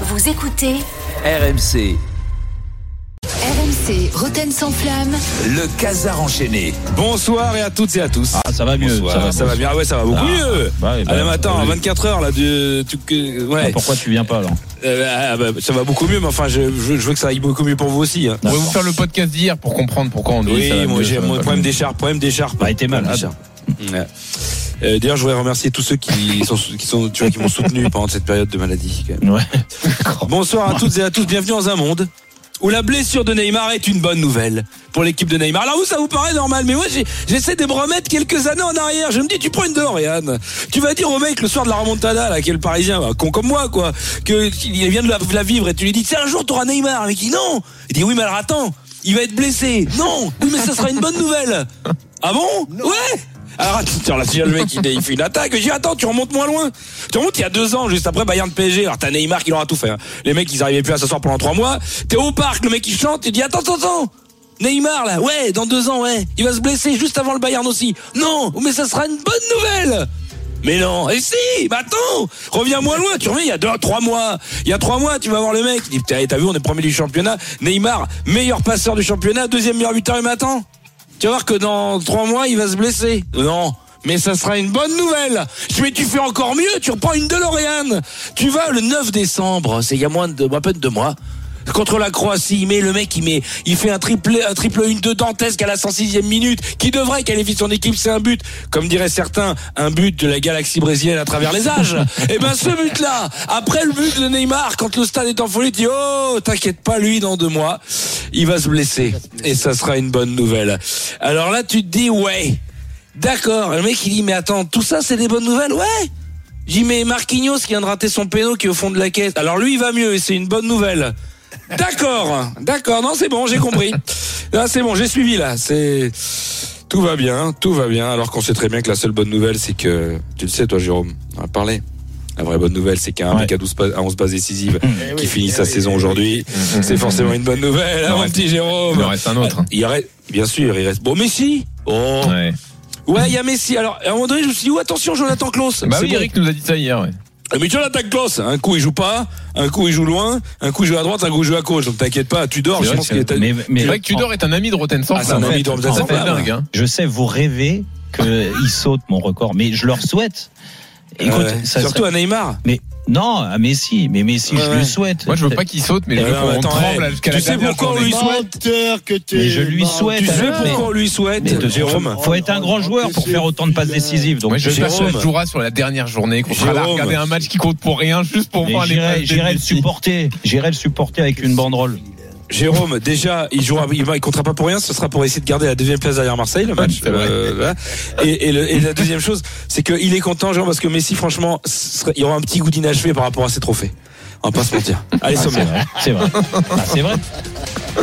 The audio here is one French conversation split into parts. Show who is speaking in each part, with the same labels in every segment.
Speaker 1: Vous écoutez
Speaker 2: RMC,
Speaker 1: RMC Roten sans flamme.
Speaker 2: le casar enchaîné.
Speaker 3: Bonsoir et à toutes et à tous.
Speaker 4: Ah, ça va mieux.
Speaker 3: Bonsoir.
Speaker 4: Ça va, bonsoir.
Speaker 3: bien. Ah ouais, ça va beaucoup
Speaker 4: Ah.
Speaker 3: mieux.
Speaker 4: Bah, eh ben,
Speaker 3: Ah, le matin, à
Speaker 4: oui.
Speaker 3: 24 heures là, de, tu, que-
Speaker 4: Ah,
Speaker 3: ouais.
Speaker 4: Pourquoi tu viens pas alors
Speaker 3: Euh, ah, bah, ça va beaucoup mieux, mais enfin, je, je- je veux que ça aille beaucoup mieux pour vous aussi. hein.
Speaker 5: On va
Speaker 4: D'accord.
Speaker 5: vous faire le podcast d'hier pour comprendre pourquoi on dit
Speaker 3: Oui,
Speaker 5: ça va
Speaker 3: moi
Speaker 5: mieux,
Speaker 3: j'ai
Speaker 5: ça va
Speaker 3: mon
Speaker 5: pas
Speaker 3: problème
Speaker 5: mieux.
Speaker 3: d'écharpe, problème d'écharpe.
Speaker 4: Bah, t'es mal,
Speaker 3: Problème d'écharpe. Ouais. Euh, D'ailleurs, je voudrais remercier tous ceux qui sont, qui sont, tu vois, qui m'ont soutenu pendant cette période de maladie. quand même.
Speaker 4: Ouais.
Speaker 3: Bonsoir à toutes et à tous. Bienvenue dans un monde où la blessure de Neymar est une bonne nouvelle pour l'équipe de Neymar. Alors vous, ça vous paraît normal, mais moi, j'ai- j'essaie de me remettre quelques années en arrière. Je me dis, tu prends une dehors, Yann. Tu vas dire au mec le soir de la remontada, là, qui est le Parisien, bah, con comme moi, quoi, que qu'il vient de la, la vivre, et tu lui dis, c'est un jour, t'auras Neymar. Le mec il dit non. Il dit, oui, mais alors attends, il va être blessé. Non, oui, mais ça sera une bonne nouvelle. Ah bon Ouais alors, attends, là, si le mec, il, il fait une attaque, je dis, attends, tu remontes moins loin. Tu remontes il y a deux ans, juste après Bayern de PSG. Alors, t'as Neymar qui leur a tout fait. hein. Les mecs, ils arrivaient plus à s'asseoir pendant trois mois. T'es au parc, le mec, il chante, il dit, attends, attends, attends. Neymar, là, ouais, dans deux ans, ouais. Il va se blesser juste avant le Bayern aussi. Non, mais ça sera une bonne nouvelle. Mais non, et si, bah attends, reviens moins loin, tu reviens il y a deux, trois mois, il y a trois mois, tu vas voir le mec, il dit, putain, t'as vu, on est premier du championnat, Neymar, meilleur passeur du championnat, deuxième meilleur buteur, il m'attend. Tu vas voir que dans trois mois, il va se blesser. Non. Mais ça sera une bonne nouvelle. Je dis, Mais tu fais encore mieux, tu reprends une DeLorean. Tu vas le 9 décembre, c'est il y a moins de, à peine deux mois. Contre la Croatie, il met le mec, il met, il fait un triple, un triple une de dantesque à la 106e minute, qui devrait qualifier son équipe, c'est un but. Comme diraient certains, un but de la galaxie brésilienne à travers les âges. Et ben, ce but-là, après le but de Neymar, quand le stade est en folie, il dit, oh, t'inquiète pas, lui, dans deux mois, il va se blesser. Et ça sera une bonne nouvelle. Alors là, tu te dis, ouais, d'accord. Et Le mec, il dit, mais attends, tout ça, c'est des bonnes nouvelles? Ouais! J'y mets Marquinhos qui vient de rater son péno qui est au fond de la caisse. Alors lui, il va mieux et c'est une bonne nouvelle. D'accord, d'accord, non, c'est bon, j'ai compris. Là, c'est bon, j'ai suivi là. C'est tout va bien, tout va bien. Alors qu'on sait très bien que la seule bonne nouvelle, c'est que tu le sais, toi, Jérôme, on a parlé. La vraie bonne nouvelle, c'est qu'un
Speaker 4: Ouais.
Speaker 3: mec à, 12 pas- à 11 passes décisives
Speaker 5: Eh
Speaker 3: qui finit sa saison aujourd'hui,
Speaker 5: Mmh,
Speaker 3: c'est
Speaker 5: mmh,
Speaker 3: forcément une bonne nouvelle, hein, mon petit Jérôme.
Speaker 5: Il en reste un autre. hein.
Speaker 3: Il reste, bien sûr, il reste. Bon, Messi. Oh.
Speaker 5: Ouais.
Speaker 3: Ouais, il y a Messi. Alors, à un moment donné, je me suis dit, oh, attention, Jonathan Klaus.
Speaker 5: Bah
Speaker 3: C'est
Speaker 5: oui,
Speaker 3: bon.
Speaker 5: Eric nous a dit ça hier. ouais.
Speaker 3: Mais Jonathan Klaus, un coup il joue pas, un coup il joue loin, un coup il joue à droite, un coup il joue à gauche. Donc t'inquiète pas, tu dors.
Speaker 5: C'est
Speaker 3: Je
Speaker 5: vrai
Speaker 3: pense
Speaker 5: que-
Speaker 3: qu'il est.
Speaker 4: Mais, mais
Speaker 5: C'est vrai que Tudor est un ami de Rotten Sans
Speaker 3: Ah, c'est un
Speaker 5: Flamme.
Speaker 3: ami de Rotten
Speaker 5: Ça
Speaker 3: Sans
Speaker 5: fait
Speaker 3: Flamme.
Speaker 5: dingue. hein.
Speaker 4: je sais, vous rêvez qu'ils sautent mon record, mais je leur souhaite. Écoute,
Speaker 3: Ah Ouais.
Speaker 4: ça
Speaker 3: Surtout
Speaker 4: serait-
Speaker 3: à Neymar.
Speaker 4: Mais non, à Messi, mais Messi,
Speaker 3: Ouais,
Speaker 4: je
Speaker 3: ouais.
Speaker 4: le souhaite.
Speaker 5: Moi, je veux pas qu'il saute, mais je
Speaker 3: Eh
Speaker 5: veux
Speaker 3: ben,
Speaker 5: qu'on
Speaker 3: attends,
Speaker 5: tremble
Speaker 3: eh,
Speaker 5: jusqu'à
Speaker 3: tu
Speaker 5: la
Speaker 3: sais
Speaker 5: dernière
Speaker 3: pourquoi on
Speaker 5: journée.
Speaker 3: lui souhaite
Speaker 6: Menteur que t'es.
Speaker 4: Mais je lui
Speaker 6: menteur.
Speaker 4: souhaite.
Speaker 3: Tu sais
Speaker 4: Mais-
Speaker 3: pourquoi on lui souhaite,
Speaker 4: mais de-
Speaker 3: Jérôme
Speaker 4: Faut être un grand joueur pour faire autant de passes décisives. Donc
Speaker 5: Moi, je
Speaker 4: je
Speaker 3: Jérôme.
Speaker 5: cherche à jouera sur la dernière journée qu'on sera là à
Speaker 3: Jérôme.
Speaker 5: regarder un match qui compte pour rien juste pour
Speaker 4: mais
Speaker 5: voir les
Speaker 4: j'irai-
Speaker 5: passes
Speaker 4: j'irai le
Speaker 5: décisives.
Speaker 4: supporter. J'irai le supporter avec une banderole.
Speaker 3: Jérôme, déjà, il jouera, il, va- il comptera pas pour rien. Ce sera pour essayer de garder la deuxième place derrière Marseille, le match.
Speaker 5: c'est vrai.
Speaker 3: Euh, voilà. et, et le- et la deuxième chose, c'est qu'il est content, Jérôme, parce que Messi, franchement, ce serait- il y aura un petit goût d'inachevé par rapport à ses trophées. On va pas se mentir. Allez,
Speaker 4: Ah, c'est
Speaker 3: sommaire.
Speaker 4: vrai. C'est vrai. Ah, c'est vrai.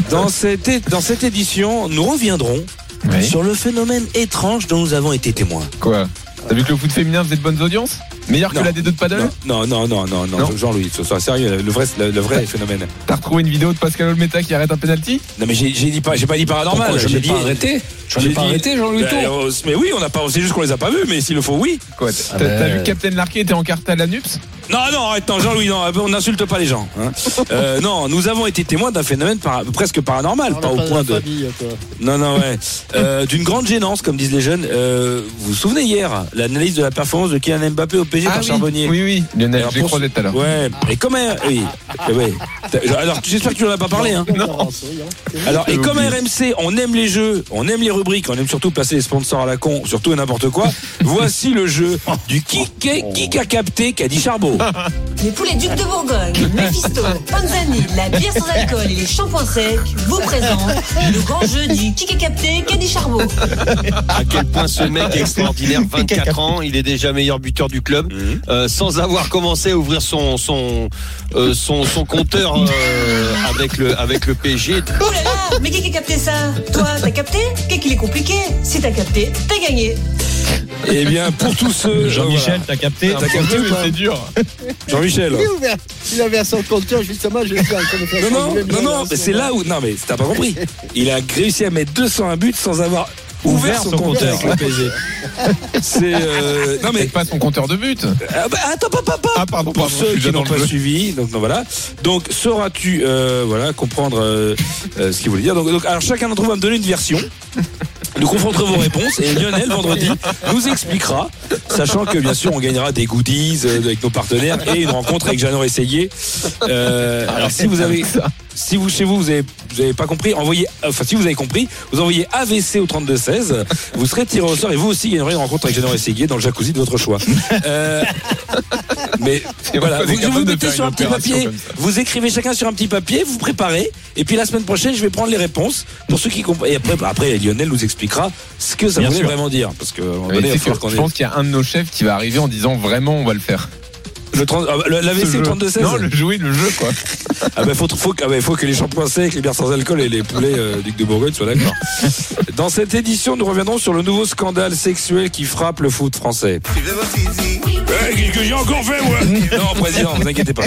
Speaker 3: Dans cette, é- dans cette édition, nous reviendrons
Speaker 5: Oui.
Speaker 3: sur le phénomène étrange dont nous avons été témoins.
Speaker 5: Quoi T'as vu que le foot féminin faisait de bonnes audiences Meilleur que
Speaker 3: Non.
Speaker 5: la des deux de paddle
Speaker 3: Non, non, non, non, non,
Speaker 5: Non.
Speaker 3: Jean-Louis, ce soir, sérieux, le vrai, le, le vrai phénomène.
Speaker 5: T'as retrouvé une vidéo de Pascal Olmeta qui arrête un penalty
Speaker 3: Non, mais j'ai j'ai dit pas, j'ai pas dit paranormal.
Speaker 6: Pourquoi, j'en ai
Speaker 3: j'ai
Speaker 6: pas arrêté. J'en ai
Speaker 3: j'ai
Speaker 6: pas
Speaker 3: dit-
Speaker 6: arrêté, Jean-Louis
Speaker 3: Ben,
Speaker 6: Tour.
Speaker 3: on- Mais oui, on a pas, c'est juste qu'on les a pas vus, mais s'il le faut, oui.
Speaker 5: Quoi T'as
Speaker 6: Ah
Speaker 5: t'as
Speaker 6: ben,
Speaker 5: vu
Speaker 6: euh.
Speaker 5: que Captain Larquet était en carte à la NUPS
Speaker 3: Non, non, arrête, non, Jean-Louis, non, euh, on n'insulte pas les gens. hein. Euh, non, nous avons été témoins d'un phénomène para- presque paranormal, pas au point de. Non, non, ouais. Euh, D'une grande gênance, comme disent les jeunes. Euh, vous vous souvenez hier, l'analyse de la performance de Kylian Mbappé au PSG par
Speaker 5: Ah oui.
Speaker 3: Charbonnier
Speaker 5: Oui, oui, Lionel,
Speaker 3: Alors,
Speaker 5: j'ai
Speaker 3: pour-
Speaker 5: croisé tout à l'heure.
Speaker 3: Ouais, et comme un- oui. Eh Ouais. T'as- Alors j'espère que tu n'en as pas parlé. Hein. Alors et comme RMC, on aime les jeux, on aime les rubriques, on aime surtout placer les sponsors à la con, surtout et n'importe quoi. Voici le jeu du qui, qui, qui a capté qu'a dit Charbot.
Speaker 7: Les poulets Duc de Bourgogne, le Mephisto, Panzani, la bière sans alcool et les shampoings secs vous présentent le grand jeu du qui est capté, qu'a dit Charbot.
Speaker 6: À quel point ce mec est extraordinaire, 24 ans, il est déjà meilleur buteur du club, euh, sans avoir commencé à ouvrir son son euh, son, son compteur euh, avec le avec le PSG.
Speaker 7: Ouh là là, mais qui a capté ça Toi, t'as capté Qu'est-ce qu'il est compliqué Si t'as capté, t'as gagné.
Speaker 3: Eh bien pour tous ceux,
Speaker 4: Jean-Michel, t'as capté
Speaker 3: Bah, T'as capté ou pas
Speaker 5: C'est dur.
Speaker 3: Jean-Michel.
Speaker 6: Il a ouvert- Il avait un son compteur justement, je sais,
Speaker 3: Non, non, non, non, mais c'est là où. Non, mais t'as pas compris. Il a réussi à mettre 201 buts sans avoir ouvert son compteur avec le PSG. C'est euh, non mais
Speaker 5: Peut-être pas son compteur de but.
Speaker 3: ah bah, attends papa
Speaker 5: Ah, pardon,
Speaker 3: pour
Speaker 5: pardon, je
Speaker 3: ceux
Speaker 5: suis
Speaker 3: qui
Speaker 5: déjà
Speaker 3: n'ont
Speaker 5: dans le
Speaker 3: pas
Speaker 5: jeu.
Speaker 3: suivi donc non, voilà donc sauras-tu euh, voilà comprendre euh, euh, ce qu'il voulait dire donc, donc, alors chacun d'entre vous va me donner une version nous confronterons vos réponses et Lionel vendredi nous expliquera sachant que bien sûr on gagnera des goodies euh, avec nos partenaires et une rencontre avec Jeannot Essayé Euh, alors si vous avez si vous chez vous vous avez, vous avez pas compris envoyez enfin si vous avez compris vous envoyez AVC au 32 16 vous serez tiré au sort et vous aussi gagnerez une rencontre avec Jeannot Essayé dans le jacuzzi de votre choix Euh, mais
Speaker 5: Et
Speaker 3: voilà,
Speaker 5: on est
Speaker 3: vous,
Speaker 5: capable
Speaker 3: vous
Speaker 5: de
Speaker 3: mettez
Speaker 5: faire
Speaker 3: sur
Speaker 5: une
Speaker 3: un petit
Speaker 5: opération
Speaker 3: papier,
Speaker 5: comme ça.
Speaker 3: vous écrivez chacun sur un petit papier, vous préparez, et puis la semaine prochaine, je vais prendre les réponses pour ceux qui comprennent. Et après, bah, après, Lionel nous expliquera ce que ça
Speaker 4: Bien
Speaker 3: voulait
Speaker 4: sûr.
Speaker 3: vraiment dire, parce que à un moment
Speaker 5: Mais
Speaker 3: donné, il va
Speaker 5: c'est
Speaker 3: falloir
Speaker 5: que
Speaker 3: qu'on
Speaker 5: je
Speaker 3: ait-
Speaker 5: pense qu'il y a un de nos chefs qui va arriver en disant vraiment on va le faire.
Speaker 3: le trans- ah, le-
Speaker 5: Ce
Speaker 3: l'AVC
Speaker 5: jeu.
Speaker 3: 32 16.
Speaker 5: Non, le jouer le jeu quoi.
Speaker 3: Ah ben faut, faut, ah ben, faut que les shampoings secs, les bières sans alcool et les poulets euh, duc de Bourgogne soient d'accord. Dans cette édition, nous reviendrons sur le nouveau scandale sexuel qui frappe le foot français. Eh, Qu'est-ce que j'ai encore fait moi Non président, vous inquiétez pas.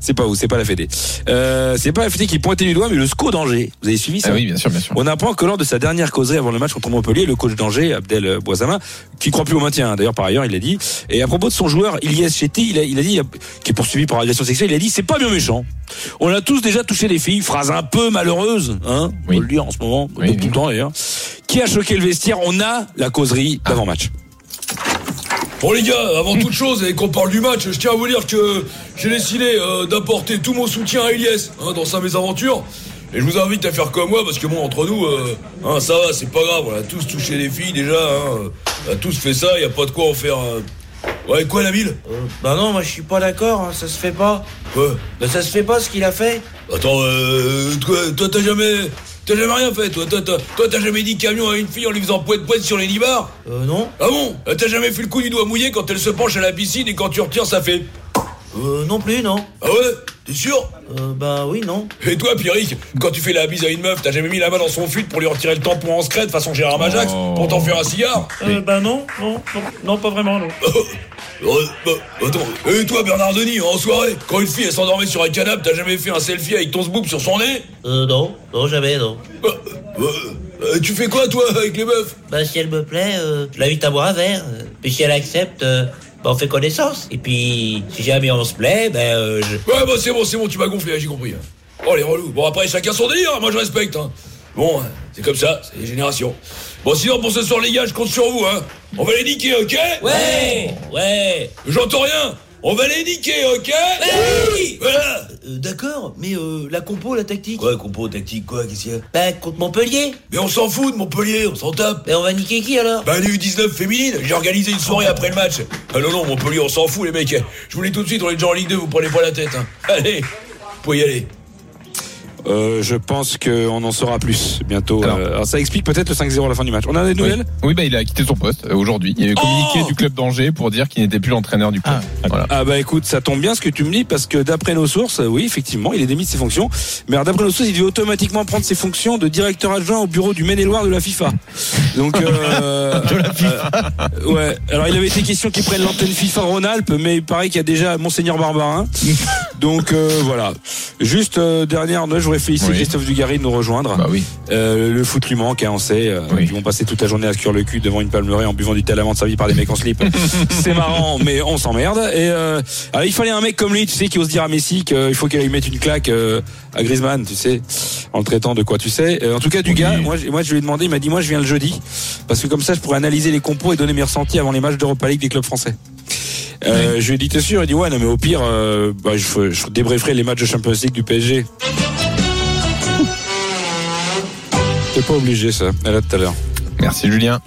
Speaker 3: C'est pas vous, c'est pas la Fédé. Euh, c'est pas la Fédé qui pointait du doigt, mais le SCO d'Angers. Vous avez suivi ça
Speaker 5: Ah oui, bien sûr, bien sûr.
Speaker 3: on apprend que lors de sa dernière causerie avant le match contre Montpellier, le coach d'Angers, Abdel Boisama, qui croit plus au maintien, hein, d'ailleurs par ailleurs, il l'a dit. Et à propos de son joueur, Ilyes Chetty, il a, il a dit, qui est poursuivi pour agression sexuelle, il a dit, c'est pas bien méchant. On a tous déjà touché des filles, phrase un peu malheureuse, hein, on
Speaker 5: Oui.
Speaker 3: peut le dire en ce moment,
Speaker 5: Oui,
Speaker 3: de
Speaker 5: oui.
Speaker 3: tout le temps d'ailleurs. Qui a choqué le vestiaire On a la causerie
Speaker 5: Ah.
Speaker 3: d'avant-match.
Speaker 8: Bon les gars, avant toute chose et qu'on parle du match, je tiens à vous dire que j'ai décidé euh, d'apporter tout mon soutien à Elias hein, dans sa mésaventure. Et je vous invite à faire comme moi parce que bon entre nous, euh, hein, ça va, c'est pas grave, on a tous touché les filles déjà, hein, on a tous fait ça, y a pas de quoi en faire. euh. Ouais quoi la ville
Speaker 9: Bah non, moi je suis pas d'accord, hein, ça se fait pas.
Speaker 8: Quoi
Speaker 9: Bah ça se fait pas ce qu'il a fait.
Speaker 8: Attends, euh, toi toi, t'as jamais. T'as jamais rien fait, toi, toi, t'as- toi, t'as jamais dit camion à une fille en lui faisant poète poète sur les nibards
Speaker 9: Euh non.
Speaker 8: Ah bon Euh, T'as jamais fait le coup du doigt mouillé quand elle se penche à la piscine et quand tu retires ça fait.
Speaker 9: Euh non plus, non.
Speaker 8: Ah ouais T'es sûr
Speaker 9: Euh bah oui, non.
Speaker 8: Et toi, Pierrick, quand tu fais la bise à une meuf, t'as jamais mis la main dans son fut pour lui retirer le tampon en secret de façon Gérard Majax
Speaker 5: Oh.
Speaker 8: pour t'en faire un cigare
Speaker 9: Euh bah non, non, non, non, pas vraiment, non.
Speaker 8: Euh, bah, Attends, et toi, Bernardoni, en soirée, quand une fille elle s'endormait sur un canapé, t'as jamais fait un selfie avec ton zboob sur son nez
Speaker 9: Euh non, non, jamais, non.
Speaker 8: Euh, euh, euh, Tu fais quoi, toi, avec les meufs
Speaker 9: Bah si elle me plaît, euh, je l'invite à boire un verre. Euh, Puis si elle accepte, euh, bah on fait connaissance. Et puis, si jamais on se plaît, bah euh, je...
Speaker 8: Ouais, bah c'est bon, c'est bon, tu m'as gonflé, j'ai compris. Oh, les relous. Bon, après, chacun son délire, moi je respecte. Hein. Bon, c'est comme ça, c'est les générations. Bon, sinon, pour ce soir, les gars, je compte sur vous. Hein. On va les niquer, ok
Speaker 9: Ouais Ouais
Speaker 8: J'entends rien On va les niquer, ok
Speaker 9: Oui
Speaker 8: Voilà
Speaker 9: Euh, D'accord, mais euh, la compo, la tactique
Speaker 8: Quoi, compo, tactique, quoi, qu'est-ce qu'il y a
Speaker 9: Bah contre Montpellier
Speaker 8: Mais on s'en fout de Montpellier, on s'en tape
Speaker 9: Bah on va niquer qui alors
Speaker 8: bah, les U19 féminines, j'ai organisé une soirée après le match. Ah non, non, Montpellier, on s'en fout, les mecs. Je vous l'ai tout de suite, on est déjà en Ligue 2, vous prenez pas la tête. Hein. Allez, vous pouvez y aller.
Speaker 3: Euh, je pense qu'on en saura plus bientôt.
Speaker 5: Alors.
Speaker 3: Euh, alors ça explique peut-être le 5-0 à la fin du match. On a des
Speaker 5: Oui.
Speaker 3: nouvelles
Speaker 5: Oui, bah il a quitté son poste euh, aujourd'hui. Il y a eu communiqué
Speaker 8: Oh
Speaker 5: du club d'Angers pour dire qu'il n'était plus l'entraîneur du club. Voilà.
Speaker 3: Ah bah écoute, ça tombe bien ce que tu me dis parce que d'après nos sources, euh, oui effectivement, il est démis de ses fonctions. Mais alors, d'après nos sources, il devait automatiquement prendre ses fonctions de directeur adjoint au bureau du Maine-et-Loire de la FIFA. Donc euh, euh, ouais. Alors il avait été question qu'il prenne l'antenne FIFA Rhône-Alpes, mais il paraît qu'il y a déjà Monseigneur Barbarin. Donc euh, voilà. Juste euh, dernière, note, je voudrais féliciter
Speaker 5: Oui.
Speaker 3: Christophe Dugarry de nous rejoindre.
Speaker 5: Bah oui.
Speaker 3: Euh, le foot lui manque, hein, on sait. euh,
Speaker 5: Oui.
Speaker 3: Ils vont passer toute la journée à se cuire le cul devant une palmeraie en buvant du thé à la menthe servi par des mecs en slip. C'est marrant, mais on s'emmerde. Et euh, alors, il fallait un mec comme lui, tu sais, qui ose dire à Messi qu'il faut qu'il lui mette une claque euh, à Griezmann, tu sais, en le traitant de quoi, tu sais. Euh, en tout cas, du gars, moi, je- moi, je lui ai demandé, il m'a dit, moi, je viens le jeudi, parce que comme ça, je pourrais analyser les compos et donner mes ressentis avant les matchs d'Europa League des clubs français. Euh, Je lui ai dit, t'es sûr Il dit, ouais, non, mais au pire, euh, bah, je, je débrieferai les matchs de Champions League du PSG. T'es pas obligé, ça. Elle a tout à l'heure.
Speaker 5: Merci Julien.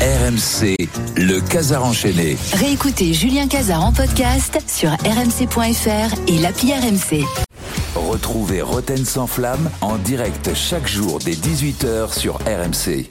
Speaker 2: RMC, le casar enchaîné.
Speaker 1: Réécoutez Julien Cazard en podcast sur rmc.fr et l'appli RMC.
Speaker 2: Retrouvez Roten sans flamme en direct chaque jour dès 18h sur RMC.